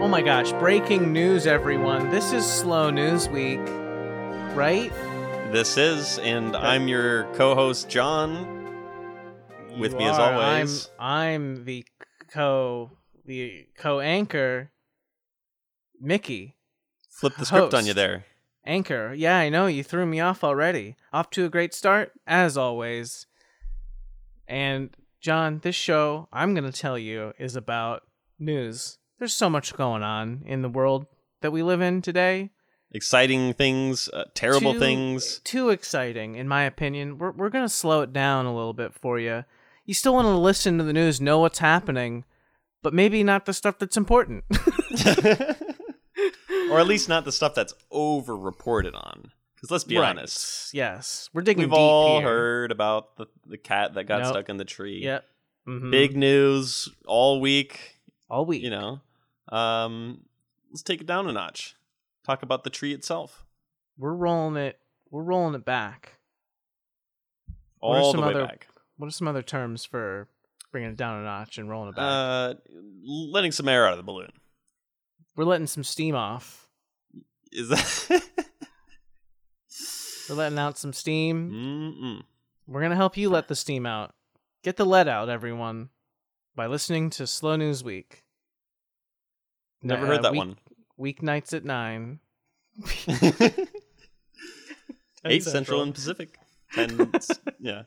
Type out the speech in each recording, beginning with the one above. Oh my gosh, breaking news, everyone. This is Slow News Week, right? This is, and I'm your co host, John. With You me as are. always. I'm, I'm the co the co anchor, Mickey. Flip the script on host. you there. Anchor. Yeah, I know you threw me off already. Off to a great start as always. And John, this show I'm going to tell you is about news. There's so much going on in the world that we live in today. Exciting things, uh, terrible Too- things. Too exciting in my opinion. We're we're going to slow it down a little bit for you. You still want to listen to the news, know what's happening, but maybe not the stuff that's important. or at least not the stuff that's over reported on. Because let's be Right. honest. Yes, we're digging We've deep all here. heard about the, the cat that got Nope. stuck in the tree. Yep. Mhm. Big news all week, all week. you know. Um, let's take it down a notch. Talk about the tree itself. we're rolling it we're rolling it back What are All the some way other- back. what are some other terms for bringing it down a notch and rolling it back Uh, letting some air out of the balloon. we're letting some steam off Is that? we're letting out some Mm. steam Mm-mm. we're gonna help you let the steam out get the lead out everyone by listening to slow news week Never Uh, heard that week- one. weeknights at nine Eight Central and Pacific. Ten, s- yeah.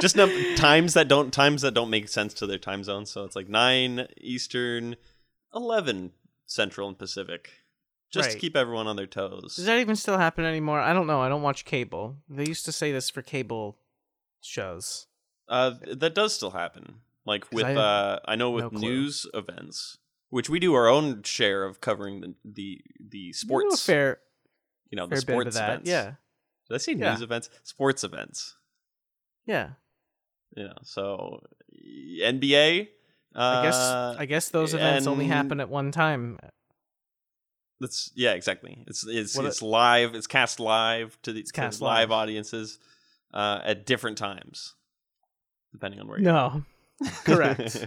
Just num- times that don't times that don't make sense to their time zone. So it's like nine Eastern, eleven Central and Pacific. Just to Right. keep everyone on their toes. does that even still happen anymore i don't know i don't watch cable they used to say this for cable shows Uh, th- that does still happen. Like 'Cause with, I- uh, I know with no clue. news events, which we do our own share of covering the the, the You know a sports. fair you know, fair bit the of sports that events. yeah Did I say Yeah. news events? Sports events. yeah You know, so y- NBA. Uh, I guess I guess those events only and- happen at one time. that's yeah, exactly. It's it's What a- it's live. It's cast live to the It's to cast live. live audiences uh, at different times, depending on where. you're No. correct.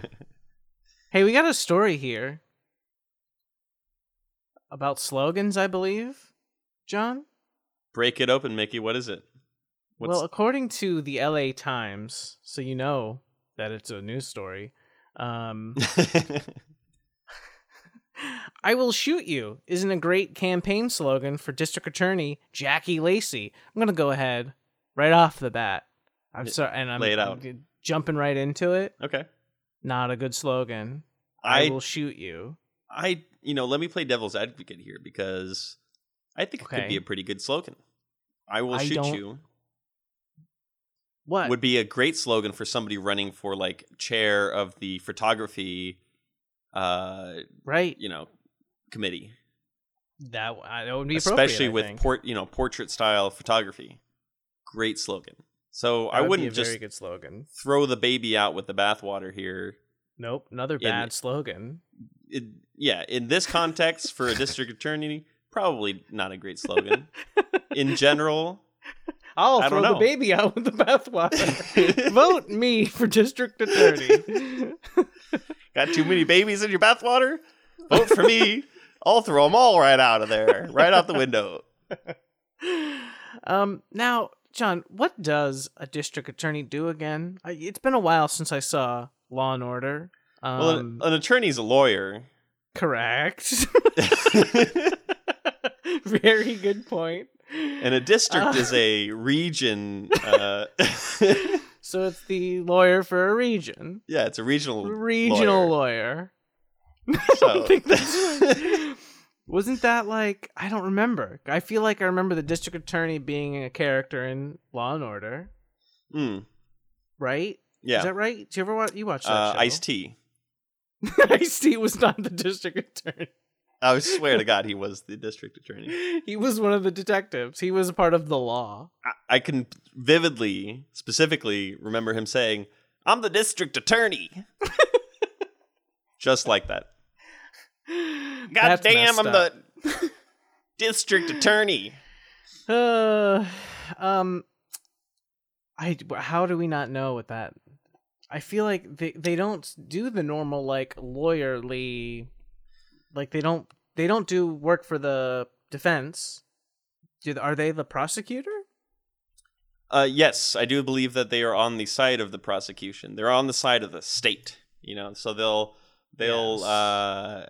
Hey, we got a story here about slogans, I believe. John? Break it open, Mickey. What is it? What's well, according to the LA Times, so you know that it's a news story. Um I will shoot you isn't a great campaign slogan for District Attorney Jackie Lacey. I'm gonna go ahead right off the bat. I'm Yeah, sorry, and I'm, lay it I'm out. g- jumping right into it. okay. Not a good slogan. I I will shoot you. I you know, let me play devil's advocate here because I think it could Okay. be a pretty good slogan. I will I shoot don't- you. What? would be a great slogan for somebody running for like chair of the photography uh right. you know committee That w- I- that would be appropriate, especially I with think. port you know portrait style photography great slogan so That i would be wouldn't a just very good slogan. throw the baby out with the bathwater here Nope, another Yeah, bad n- slogan. it, yeah in this context for a district attorney probably not a great slogan in general I'll I throw don't the know. baby out with the bathwater. Vote me for district attorney. Got too many babies in your bathwater? Vote for me. I'll throw them all right out of there, right out the window. um, now, John, what does a district attorney do again? I, it's been a while since I saw Law and Order. Um, Well, an, an attorney's a lawyer. correct. and very good point. a district Uh. is a region. Uh, yeah, So it's the lawyer for a region. it's a regional. Regional lawyer. I So. don't think that's right. Wasn't that like I don't remember. I feel like I remember the district attorney being a character in Law and Order, Mm, right? Is yeah. that right? Do you ever watch you watch that Uh, show? Ice T. Ice T was not the district attorney. I swear to God, he was the district attorney. He was one of the detectives. He was a part of the law. I, I can vividly, specifically remember him saying, I'm the district attorney. Just like that. God That's damn, messed I'm up. the district attorney. Uh, um, I how do we not know with that? I feel like they they don't do the normal like lawyerly like they don't they don't do work for the defense. Do are they the prosecutor? Uh, yes, I do believe that they are on the side of the prosecution. They're on the side of the state, you know. So they'll they'll Yes. uh,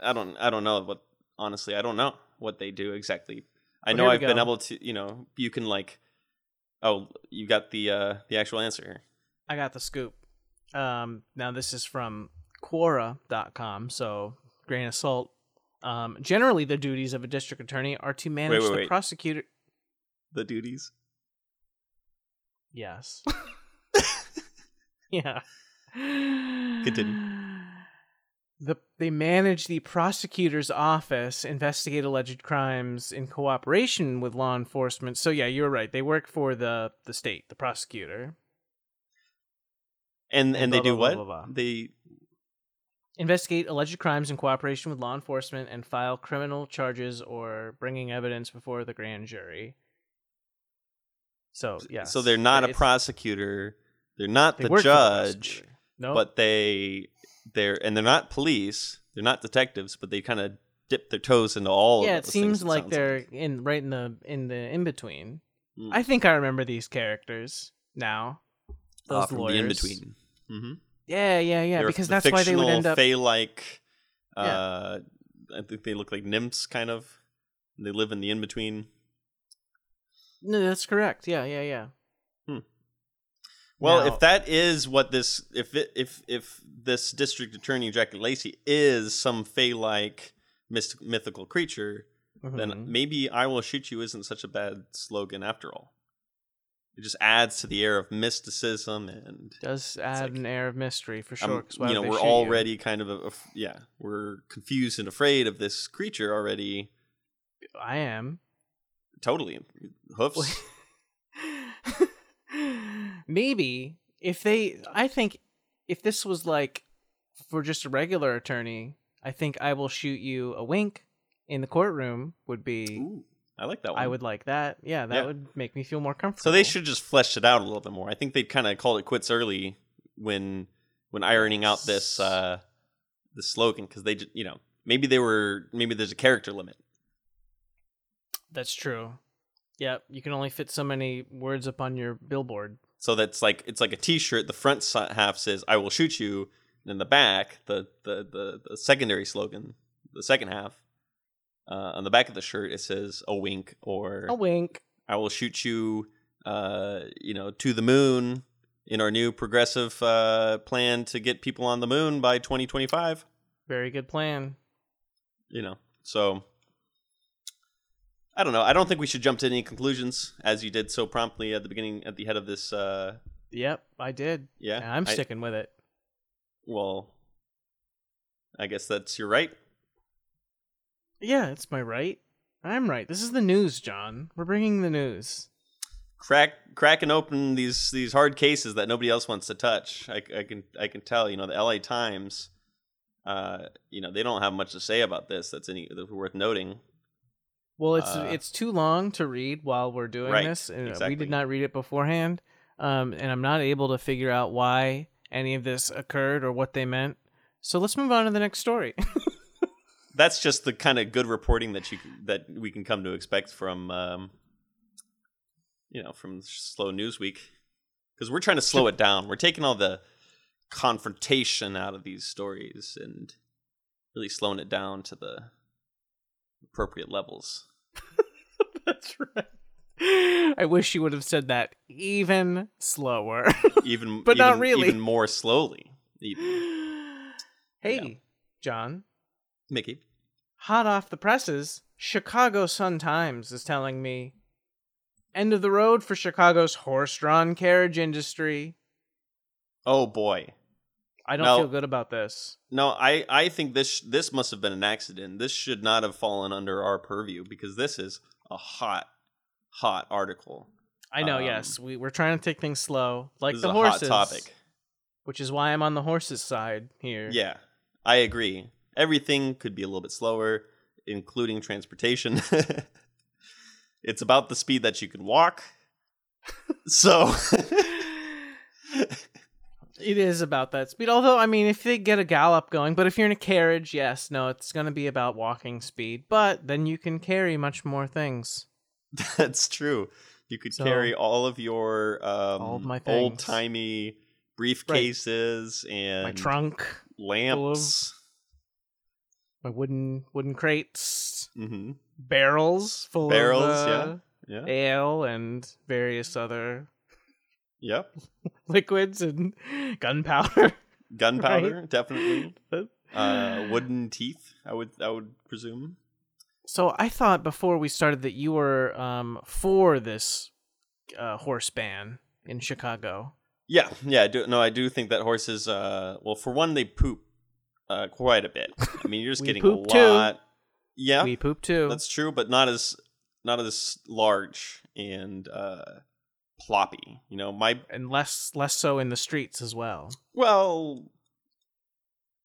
I don't I don't know what honestly I don't know what they do exactly. I Well, know here we I've been go. able to you know you can like oh you got the uh, the actual answer. I got the scoop. Um, now this is from Quora.com, so grain of salt. Um, generally, the duties of a district attorney are to manage wait, the wait. prosecutor. The duties. Yes. yeah. Continue. The, they manage the prosecutor's office, investigate alleged crimes in cooperation with law enforcement. So yeah, you're right. They work for the the state, the prosecutor. And And and they blah, do blah, what? blah, blah, blah. They investigate alleged crimes in cooperation with law enforcement and file criminal charges or bringing evidence before the grand jury. So yeah, so they're not a It's- prosecutor. They're not they the work for judge. prosecutor. No, but they they're and they're not police they're not detectives but they kind of dip their toes into all yeah, of it those seems things, like sounds they're in right in the in the in between. Mm. I think I remember these characters now. Those Uh, from lawyers. the in between mm-hmm. Yeah, yeah, yeah. because that's why they would end up. like Yeah. uh i think they look like nymphs kind of they live in the in between No, that's correct. Yeah, yeah, yeah. well Now- if that is what this if it, if if this district attorney jack lacey is some fey like myst- mythical creature Mhm. then maybe I will shoot you isn't such a bad slogan after all. It just adds to the air of mysticism and does add like- an air of mystery for um, sure. 'cause why you know would they we're shoot you? already kind of a, a- yeah we're confused and afraid of this creature already. I am. Totally hoofs. Maybe if they, I think if this was like for just a regular attorney, I think I will shoot you a wink in the courtroom would be. Ooh, I like that one. I would like that. Yeah, that Yeah. would make me feel more comfortable. So they should just flesh it out a little bit more. I think they kind of called it quits early when when ironing out this uh the slogan because they ju- you know maybe they were maybe there's a character limit. That's true. Yep, you can only fit so many words up on your billboard. So that's like it's like a T-shirt. The front si- half says "I will shoot you," and in the back, the the the, the secondary slogan, the second half, uh, on the back of the shirt, it says "A wink" or A wink. "I will shoot you," uh, you know, to the moon in our new progressive uh, plan to get people on the moon by 2025. Very good plan. You know, so I don't know. I don't think we should jump to any conclusions as you did so promptly at the beginning, at the head of this. Uh, Yep, I did. yeah, And I'm I- sticking with it. Well, I guess that's your right. Yeah, it's my right. I'm right. This is the news, John. We're bringing the news. Crack, cracking open these these hard cases that nobody else wants to touch. I, I can I can tell. You know, the L.A. Times. Uh, you know, they don't have much to say about this. That's any that's worth noting. Well, it's Uh, it's too long to read while we're doing Right, this, and uh, we exactly. did not read it beforehand. Um, and I'm not able to figure out why any of this occurred or what they meant. So let's move on to the next story. That's just the kind of good reporting that you that we can come to expect from. Um, you know, from slow news week, because we're trying to slow it down. We're taking all the confrontation out of these stories and really slowing it down to the appropriate levels. That's right. I wish you would have said that even slower. Even But not even- really. even more slowly. E, Even. hey, John. Mickey. hot off the presses, Chicago Sun Times is telling me end of the road for Chicago's horse-drawn carriage industry. Oh boy. I don't No. feel good about this. No, I, I think this this must have been an accident. This should not have fallen under our purview because this is a hot, hot article. I know, Um, yes, we we're trying to take things slow, like this the is a horses, hot topic. which is why I'm on the horses' side here. Yeah, I agree. Everything could be a little bit slower, including transportation. it's about the speed that you can walk. So, It is about that speed. Although, I mean, if they get a gallop going, but if you're in a carriage, yes, no, it's going to be about walking speed. But then you can carry much more things. That's true. You could So- carry all of your um, All of my things. old timey briefcases and My trunk, lamps. my wooden wooden crates, hmm barrels full Barrels, of uh, Yeah. ale and various other Yep. liquids and gunpowder. Gunpowder, definitely. Uh, uh, wooden teeth. I would. I would presume. So I thought before we started that you were um, for this uh, horse ban Mm-hmm. in Chicago. Yeah. Yeah. I do. No, I do think that horses. Uh, well, for one, they poop uh, quite a bit. I mean, you're just We getting a poop too. lot. Yeah. We poop too. That's true, but not as not as large and uh ploppy. You know, my and less less so in the streets as well. well, You know.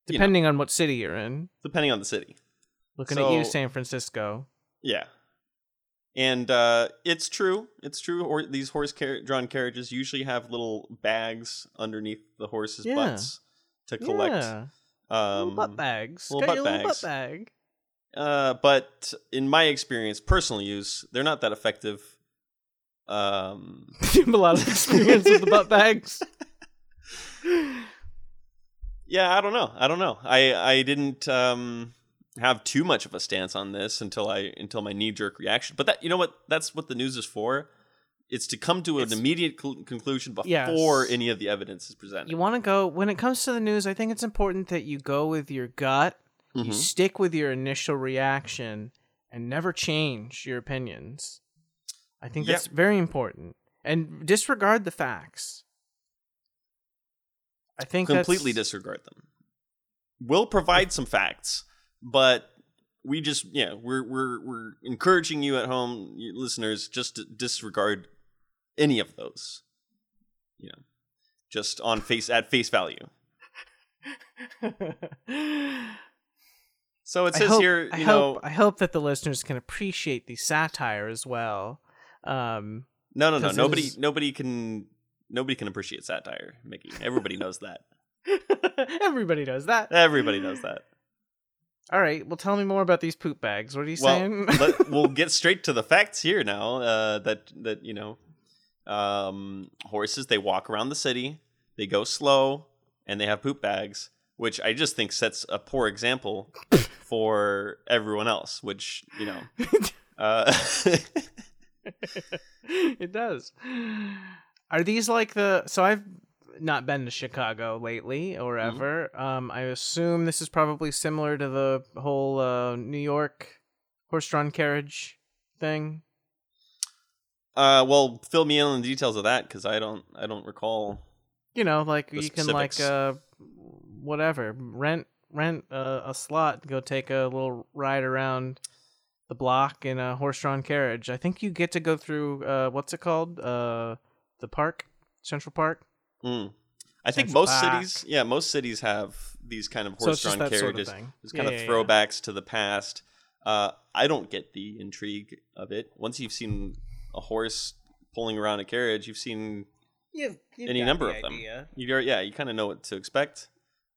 Depending on what city you're in. depending on the city. Looking at So- you, San Francisco. Yeah. And uh it's true. It's true or these horse car- drawn carriages usually have little bags underneath the horses' Yeah. butts to collect Yeah. um little butt bags. little Got butt your little bags. butt bag. Uh, but in my experience, personal use, they're not that effective. Um, you have a lot of experience with the butt bags. Yeah, I don't know. I don't know. I I didn't um have too much of a stance on this until I until my knee jerk reaction. But that you know what? That's what the news is for. It's to come to an It's- immediate cl- conclusion before Yes. any of the evidence is presented. You want to go when it comes to the news. I think it's important that you go with your gut. You Mhm. stick with your initial reaction and never change your opinions. I think Yep. that's very important. And disregard the facts. I think that's- Completely disregard them. We'll provide some facts, but we just yeah we're we're we're encouraging you at home, you listeners, just to disregard any of those. You know, just on face at face value. So it I says hope- here, you I know, hope, I hope that the listeners can appreciate the satire as well. Um, no, no, no, 'cause it nobody, is- nobody can, nobody can appreciate satire, Mickey. Everybody knows that. everybody knows that. Everybody knows that. All right. Well, tell me more about these poop bags. What are you Well, saying? let, we'll get straight to the facts here now. Uh, that that you know, um, horses they walk around the city, they go slow, and they have poop bags, which I just think sets a poor example for everyone else. Which you know, uh, it does. Are these like the? So I've not been to Chicago lately or Mhm. ever. Um, I assume this is probably similar to the whole uh, New York horse-drawn carriage thing. uh, well, fill me in on the details of that because I don't, I don't recall. You know, like The you can like specifics. uh, whatever rent rent a, a slot, go take a little ride around the block in a horse-drawn carriage. I think you get to go through uh, what's it called? Uh, the park, Central Park. Mm. I think Central most Park. cities, yeah, most cities have these kind of So it's horse-drawn just that sort of carriages. thing. It's kind Yeah, yeah, of yeah. throwbacks to the past. Uh, I don't get the intrigue of it. Once you've seen a horse pulling around a carriage, you've seen You've, you've any got number the of them. idea. you yeah, you kind of know what to expect.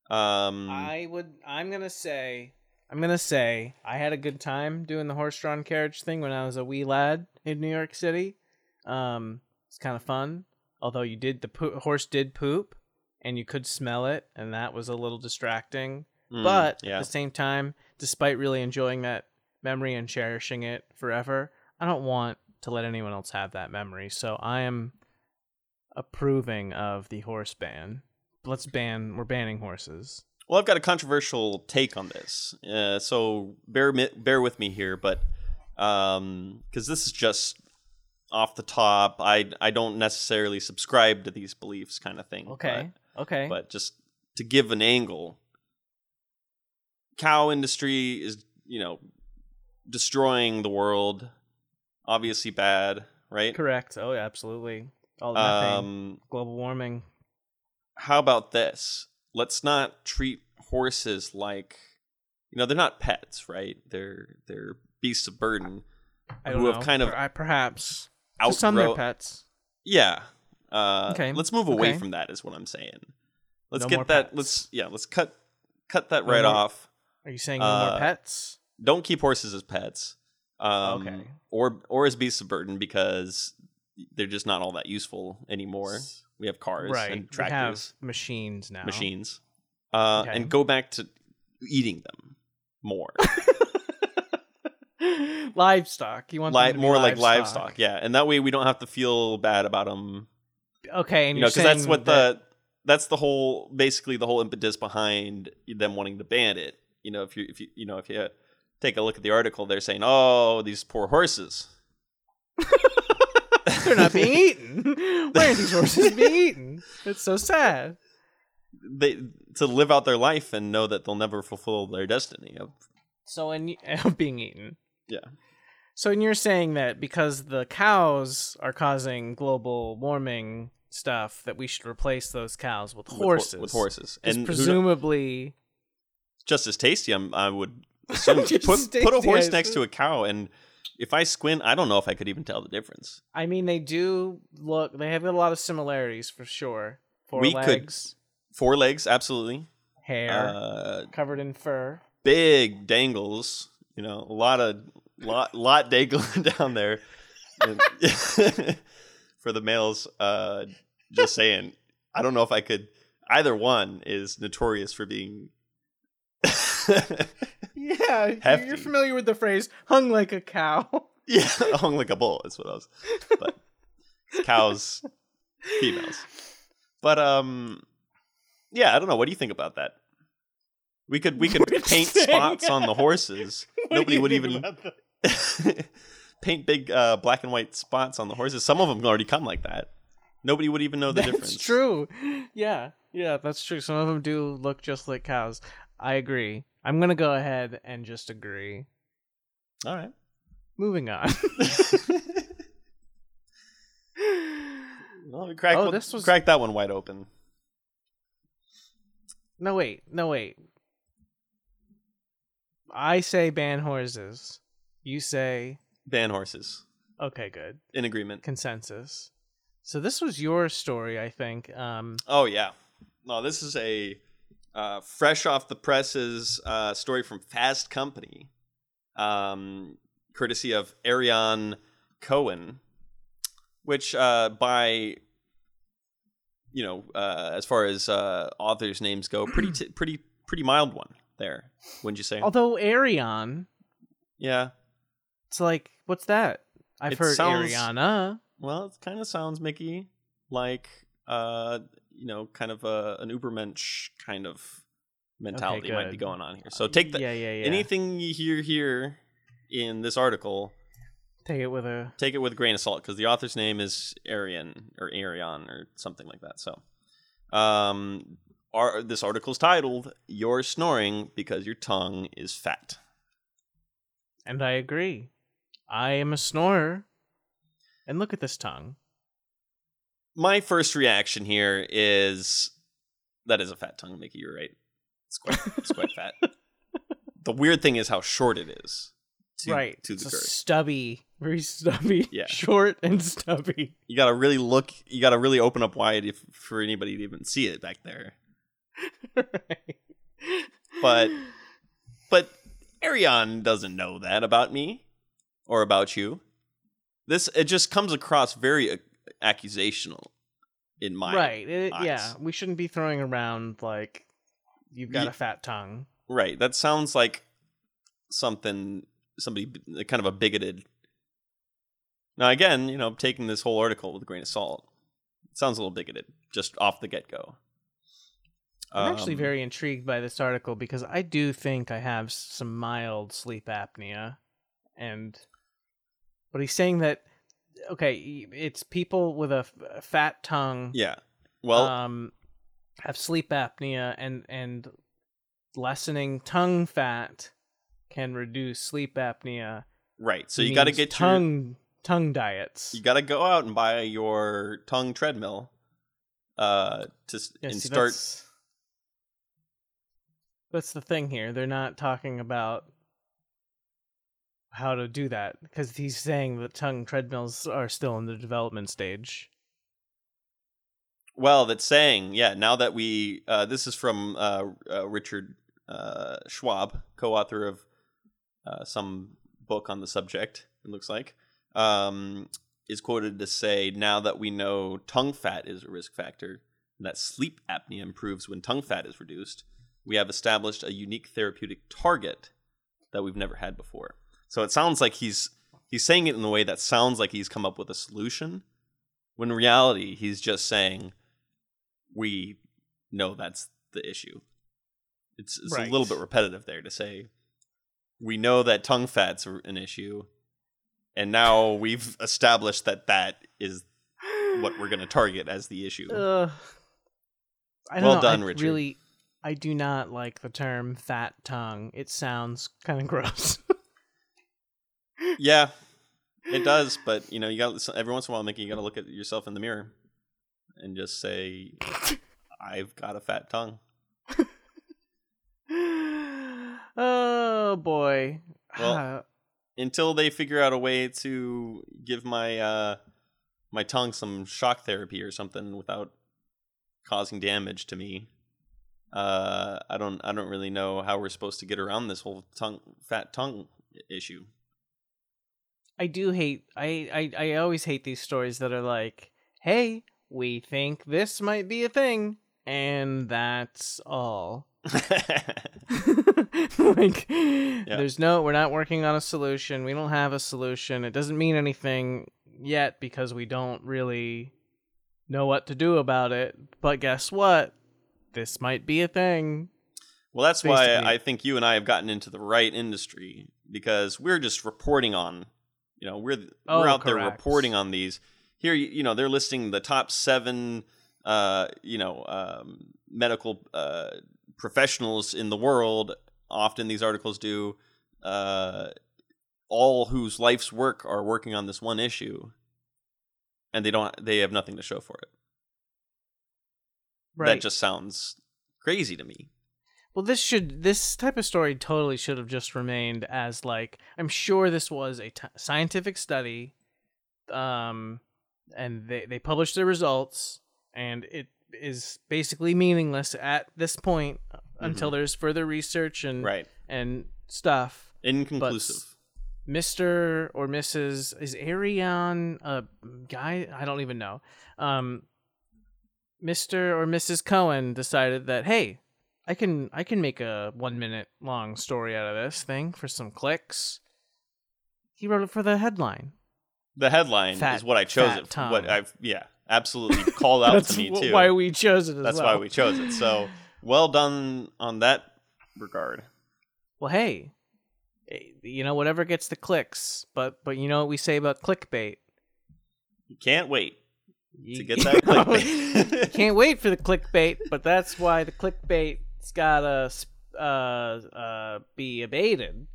Um, I would. I'm gonna say. I'm gonna say I had a good time doing the horse-drawn carriage thing when I was a wee lad in New York City. Um, it's kind of fun. Although you did the po- horse did poop, and you could smell it, and that was a little distracting. mm, but yeah, at the same time, despite really enjoying that memory and cherishing it forever, I don't want to let anyone else have that memory. So I am approving of the horse ban. Let's ban. We're banning horses. Well, I've got a controversial take on this, uh, so bear mi- bear with me here, but because this is just off the top, I I don't necessarily subscribe to these beliefs, kind of thing. Okay. but, okay. but just to give an angle, cow industry is you know destroying the world, obviously bad, right? Correct. Oh, yeah, absolutely. All the methane, Um, global warming. how about this? Let's not treat horses like you know they're not pets, right? They're they're beasts of burden I don't who know. have kind of Per- I, perhaps to some they're outgrown. pets. yeah. Uh, Okay, Let's move away okay. from that, is what I'm saying. Let's No more get that. pets. Uh-huh. Let's yeah. Let's cut cut that right more- off. Are you saying no Uh, more pets? Don't keep horses as pets. Um, Okay. Or or as beasts of burden because they're just not all that useful anymore. We have cars Right. and we have tractors, machines now. machines, uh, Okay. and go back to eating them more. livestock. You want them Li- to be more like livestock, yeah. And that way we don't have to feel bad about them Okay, and you you know are because that's what the that's the whole basically the whole impetus behind them wanting to ban it you know if you if you you know if you take a look at the article they're saying oh these poor horses they're not being eaten. Why are these horses being eaten? It's so sad. they to live out their life and know that they'll never fulfill their destiny of So in of being eaten. Yeah. So and you're saying that because the cows are causing global warming stuff, that we should replace those cows with with hor- horses. with, horses Because and who kno- presumably, just as tasty I'm, i would assume put, Just as put a tasty, horse I next to assume. a cow and if i squint i don't know if i could even tell the difference I mean, they do look. They have a lot of similarities for sure. Four We could- legs, four legs absolutely hair uh covered in fur. big dangles. You know, a lot of lot lot dangling down there And- for the males. Uh, just saying, I don't know if I could. Either one is notorious for being. Yeah, you- Hefty. you're familiar with the phrase "hung like a cow." yeah, hung like a bull is what I was. But it's cows, females. But um, yeah, I don't know. What do you think about that? We could we could We're just paint saying- spots on the horses. Nobody would even paint big uh, black and white spots on the horses. Some of them already come like that. Nobody would even know the That's difference. true. Yeah, yeah, that's true. Some of them do look just like cows. I agree. I'm gonna go ahead and just agree. All right. Moving on. well, we cracked, Oh, one- this was- cracked that one wide open. no wait, no wait. I say ban horses. You say Ban horses. okay, good In agreement. consensus. So this was your story, I think. Um, Oh, yeah. No, this is a uh, fresh off the presses uh, story from Fast Company, um, courtesy of Ariane Cohen, which uh, by you know, uh, as far as uh, authors' names go, pretty t- pretty pretty mild one there. Wouldn't you say? although Arion, yeah. it's like what's that? I've It heard sounds- Ariana. Well, it kind of sounds Mickey like uh, you know, kind of a an Ubermensch kind of mentality might be good. going on here. So take the yeah, yeah, yeah. anything you hear here in this article, Take it with a take it with a grain of salt because the author's name is Arian or Arion or something like that. So, um, our, this article's titled "You're Snoring Because Your Tongue Is Fat." And I agree. I am a snorer. And look at this tongue. My first reaction here is that is a fat tongue, Mickey. You're right. It's quite, it's quite fat. The weird thing is how short it is. To, right. to the it's a girth. stubby. Very stubby. Yeah. Short and stubby. You gotta really look. You gotta really open up wide if, for anybody to even see it back there. Right. But- But Arion doesn't know that about me or about you. This it just comes across very ac- accusational in my Right. it- eyes. yeah. We shouldn't be throwing around like you've got Ye- a fat tongue. Right. That sounds like something somebody b- kind of a bigoted. Now again, you know, taking this whole article with a grain of salt. It sounds a little bigoted just off the get-go. Um, I'm actually very intrigued by this article because I do think I have some mild sleep apnea. And but he's saying that okay, it's people with a f- fat tongue Yeah. Well, um, have sleep apnea and and lessening tongue fat can reduce sleep apnea. right. So you got to means get your tongue tongue diets. You got to go out and buy your tongue treadmill uh to s Yeah, and see, start That's, that's the thing here. They're not talking about how to do that because he's saying that tongue treadmills are still in the development stage. Well, that's saying, yeah, now that we, uh, this is from uh, uh, Richard uh, Schwab, co author of uh, some book on the subject, it looks like, um, is quoted to say, now that we know tongue fat is a risk factor, and that sleep apnea improves when tongue fat is reduced, we have established a unique therapeutic target that we've never had before. So it sounds like he's he's saying it in a way that sounds like he's come up with a solution, when in reality he's just saying we know that's the issue. It's, it's Right. a little bit repetitive there to say we know that tongue fat's an issue, and now we've established that that is what we're going to target as the issue. Ugh. I don't Well know, done, I Richard. Really, I do not like the term "fat tongue." It sounds kind of gross. Yeah, it does. But you know, you got every once in a while, Mickey, you got to look at yourself in the mirror and just say, "I've got a fat tongue." oh boy. Well, Ah, Until they figure out a way to give my uh, my tongue some shock therapy or something without causing damage to me, uh, I don't I don't really know how we're supposed to get around this whole tongue fat tongue i- issue. I do hate. I, I I always hate these stories that are like, "Hey, we think this might be a thing, and that's all." like, there's no. We're not working on a solution. We don't have a solution. It doesn't mean anything yet because we don't really know what to do about it. But guess what? This might be a thing. Well, that's why Basically. I think you and I have gotten into the right industry because we're just reporting on, you know, we're Oh, we're out there correct. reporting on these. Here, you you know, they're listing the top seven, uh, you know, um, medical uh, professionals in the world. Often these articles do. Uh, all whose life's work are working on this one issue, and they don't. They have nothing to show for it. Right. That just sounds crazy to me. Well, this should this type of story totally should have just remained as like I'm sure this was a t- scientific study, um, and they they published their results, and it is basically meaningless at this point uh, until there's further research and Right. and stuff. Inconclusive. Mr. or Mrs. is Arion a guy? I don't even know. Um, Mr. or Mrs. Cohen decided that hey, I can I can make a one minute long story out of this thing for some clicks. He wrote it for the headline. The headline Fat- is what I chose fat it. for. What tongue. I've yeah, absolutely called out to me wh- too. why we chose it. As That's well. why we chose it. So well done on that regard. well, hey, eh, you know whatever gets the clicks, but but you know what we say about clickbait. You can't wait You, to get that You clickbait. can't wait for the clickbait, but that's why the clickbait's gotta uh, uh, be abated.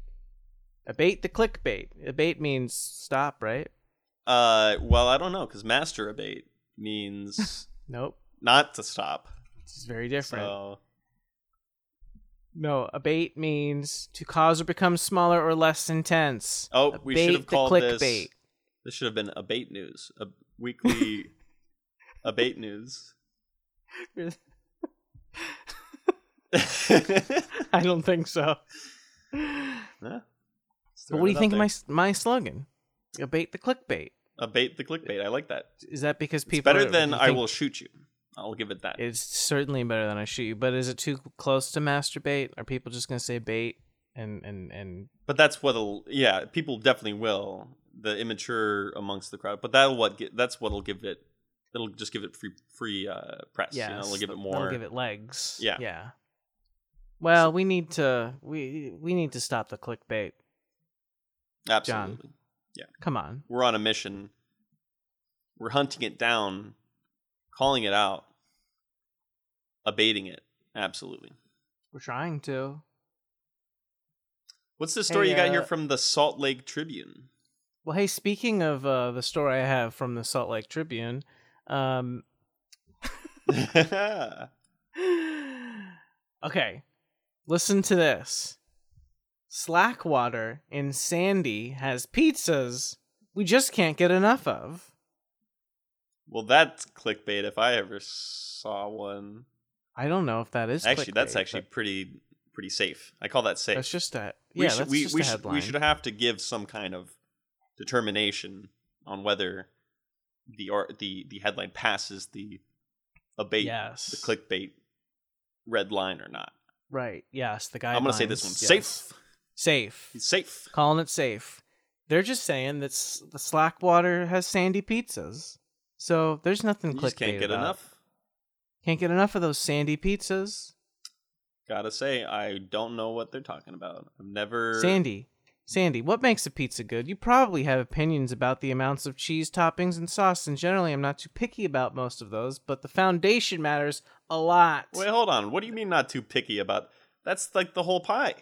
Abate the clickbait. Abate means stop, right? uh, well, I don't know because masturbate means Nope, not to stop. it's very different. So No, abate means to cause or become smaller or less intense. oh, we should have Abate the called this. clickbait. This should have been abate news. A weekly abate news. I don't think so. But what do you think of my my slogan? Abate the clickbait. abate the clickbait? I like that. Is that because It's people better are- than do you I think- will shoot you. I'll give it that. It's certainly better than I shoot you, but is it too close to masturbate? Are people just gonna say bait and and and But that's what'll yeah, people definitely will. The immature amongst the crowd, but that'll what get, that's what'll give it. It'll just give it free free uh, press. yeah? you know, it'll s- give it they'll more. give it legs. Yeah. yeah. Well, we need to we we need to stop the clickbait. absolutely. Come on, We're on a mission. We're hunting it down, calling it out, abating it. Absolutely. we're trying to. What's the story Hey, you got uh, here from the Salt Lake Tribune? Well, hey, speaking of uh, the story I have from the Salt Lake Tribune, um, okay, listen to this. Slackwater in Sandy has pizzas we just can't get enough of. Well, that's clickbait if I ever saw one. I don't know if that is actually, that's clickbait, actually but pretty pretty safe. I call that safe. that's just a we yeah. should, that's we, just we a should, headline. we should have to give some kind of determination on whether the or the the headline passes the abate yes. the clickbait red line or not. Right. Yes. The guy. I'm gonna say this one safe. Safe. He's safe. Calling it safe. They're just saying that s- the Slackwater has sandy pizzas, so there's nothing You clickbait just can't get about. enough. Can't get enough of those sandy pizzas. Gotta say, I don't know what they're talking about. I've never Sandy, Sandy, what makes a pizza good? You probably have opinions about the amounts of cheese, toppings, and sauce, and generally I'm not too picky about most of those, but the foundation matters a lot. Wait, hold on. What do you mean not too picky about? That's like the whole pie.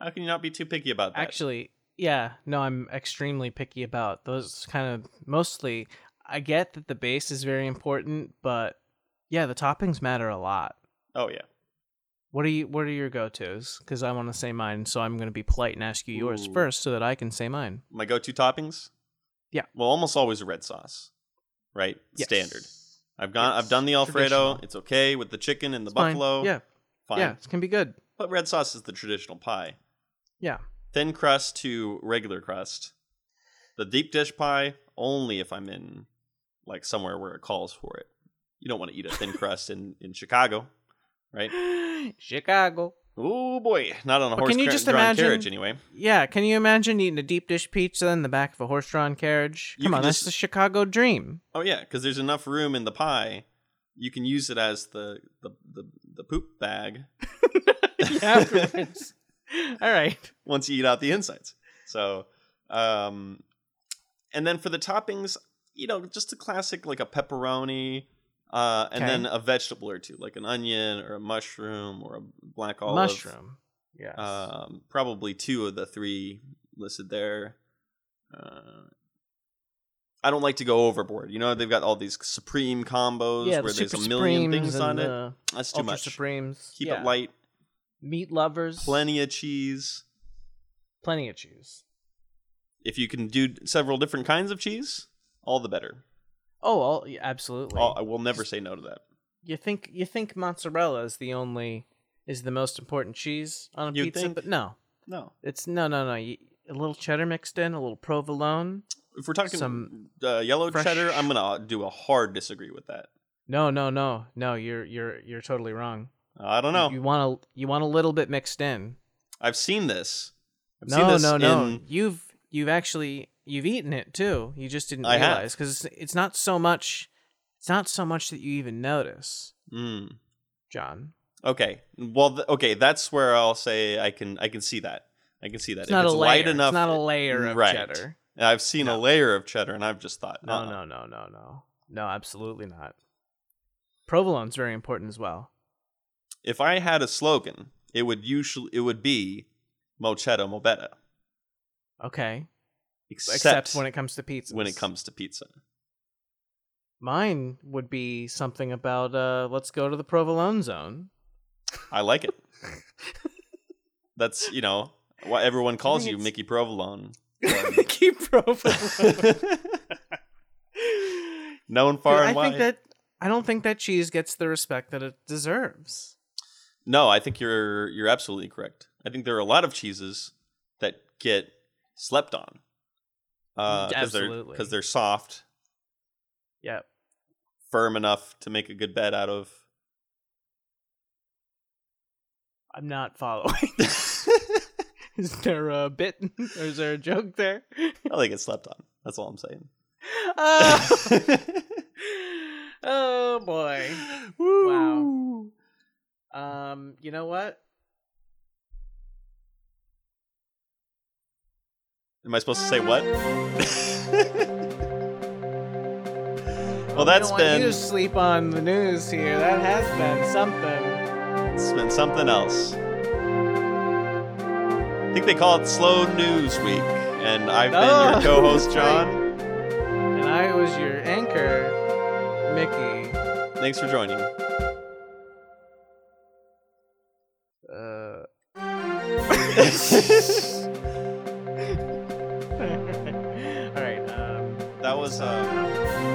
How can you not be too picky about that? Actually, yeah, no, I'm extremely picky about those kind of mostly. I get that the base is very important, but yeah, the toppings matter a lot. oh yeah. What are you? What are your go-tos? Because I want to say mine, so I'm going to be polite and ask you yours Ooh. first, so that I can say mine. My go-to toppings? Yeah. Well, almost always red sauce. Right? Yes. Standard. I've gone Yes. I've done the alfredo. Traditional. It's okay with the chicken and the It's fine. buffalo. Yeah, Fine. yeah, it can be good. But red sauce is the traditional pie. Yeah. Thin crust to regular crust. The deep dish pie only if I'm in like somewhere where it calls for it. You don't want to eat a thin crust in in Chicago, right? Chicago. Oh boy, not on a But horse can you car- just drawn imagine- carriage anyway. Yeah, can you imagine eating a deep dish pizza in the back of a horse-drawn carriage? You Come can on, that's just- the Chicago dream. Oh yeah, because there's enough room in the pie. You can use it as the the the, the poop bag Afterwards. All right. once you eat out the insides. So, um, and then for the toppings, you know, just a classic like a pepperoni, uh, and Okay. then a vegetable or two, like an onion or a mushroom or a black olive. Mushroom. Yes. Um, probably two of the three listed there. Uh, I don't like to go overboard. You know, they've got all these supreme combos yeah, where the there's Super a million Supremes things and on it. the That's too Ultra much. Supremes. Keep yeah. it light. Meat lovers. Plenty of cheese. Plenty of cheese. If you can do several different kinds of cheese, all the better. Oh, all, yeah, absolutely. All, I will never say no to that. you think you think mozzarella is the only is the most important cheese on a You'd pizza, think. but no, No. it's no, no, no. You, a little cheddar mixed in, a little provolone. If we're talking Some uh, yellow fresh- cheddar, I'm gonna do a hard disagree with that. No, no, no, no. You're you're you're totally wrong. I don't know. You want a you want a little bit mixed in. I've seen this. I've seen no, this no, no. in- You've you've actually you've eaten it too. You just didn't I have. realize because it's, it's not so much. It's not so much that you even notice, Mm. John. Okay. Well, th- okay, that's where I'll say I can I can see that. I can see that. It's not a it's layer. light enough, it's not a layer of right. cheddar. I've seen a No. layer of cheddar, and I've just thought, No, uh-uh. no, no, no, no, no. Absolutely not. Provolone's very important as well. If I had a slogan, it would usually it would be "Mochetta Mo Better," Okay, except, except, when it comes to pizza. when it comes to pizza. mine would be something about uh, let's go to the provolone zone. I like it. that's you know why everyone calls think you it's- Mickey Provolone, Keep provolone. known far I and wide. think that I don't think that cheese gets the respect that it deserves. No, I think you're you're absolutely correct. I think there are a lot of cheeses that get slept on. Uh, Absolutely. because they're, soft, Yep. firm enough to make a good bed out of. I'm not following. is there a bit or is there a joke there? Oh, they get slept on. That's all I'm saying. Oh, oh boy. Woo. Um, you know what? Am I supposed to say what? well, I that's don't want been you to sleep on the news here. That has been something. it's been something else. I think they call it Slow News Week, and I've been Oh, your co-host, that's John. right. And I was your anchor, Mickey. Thanks for joining. Uh that all right, um was um,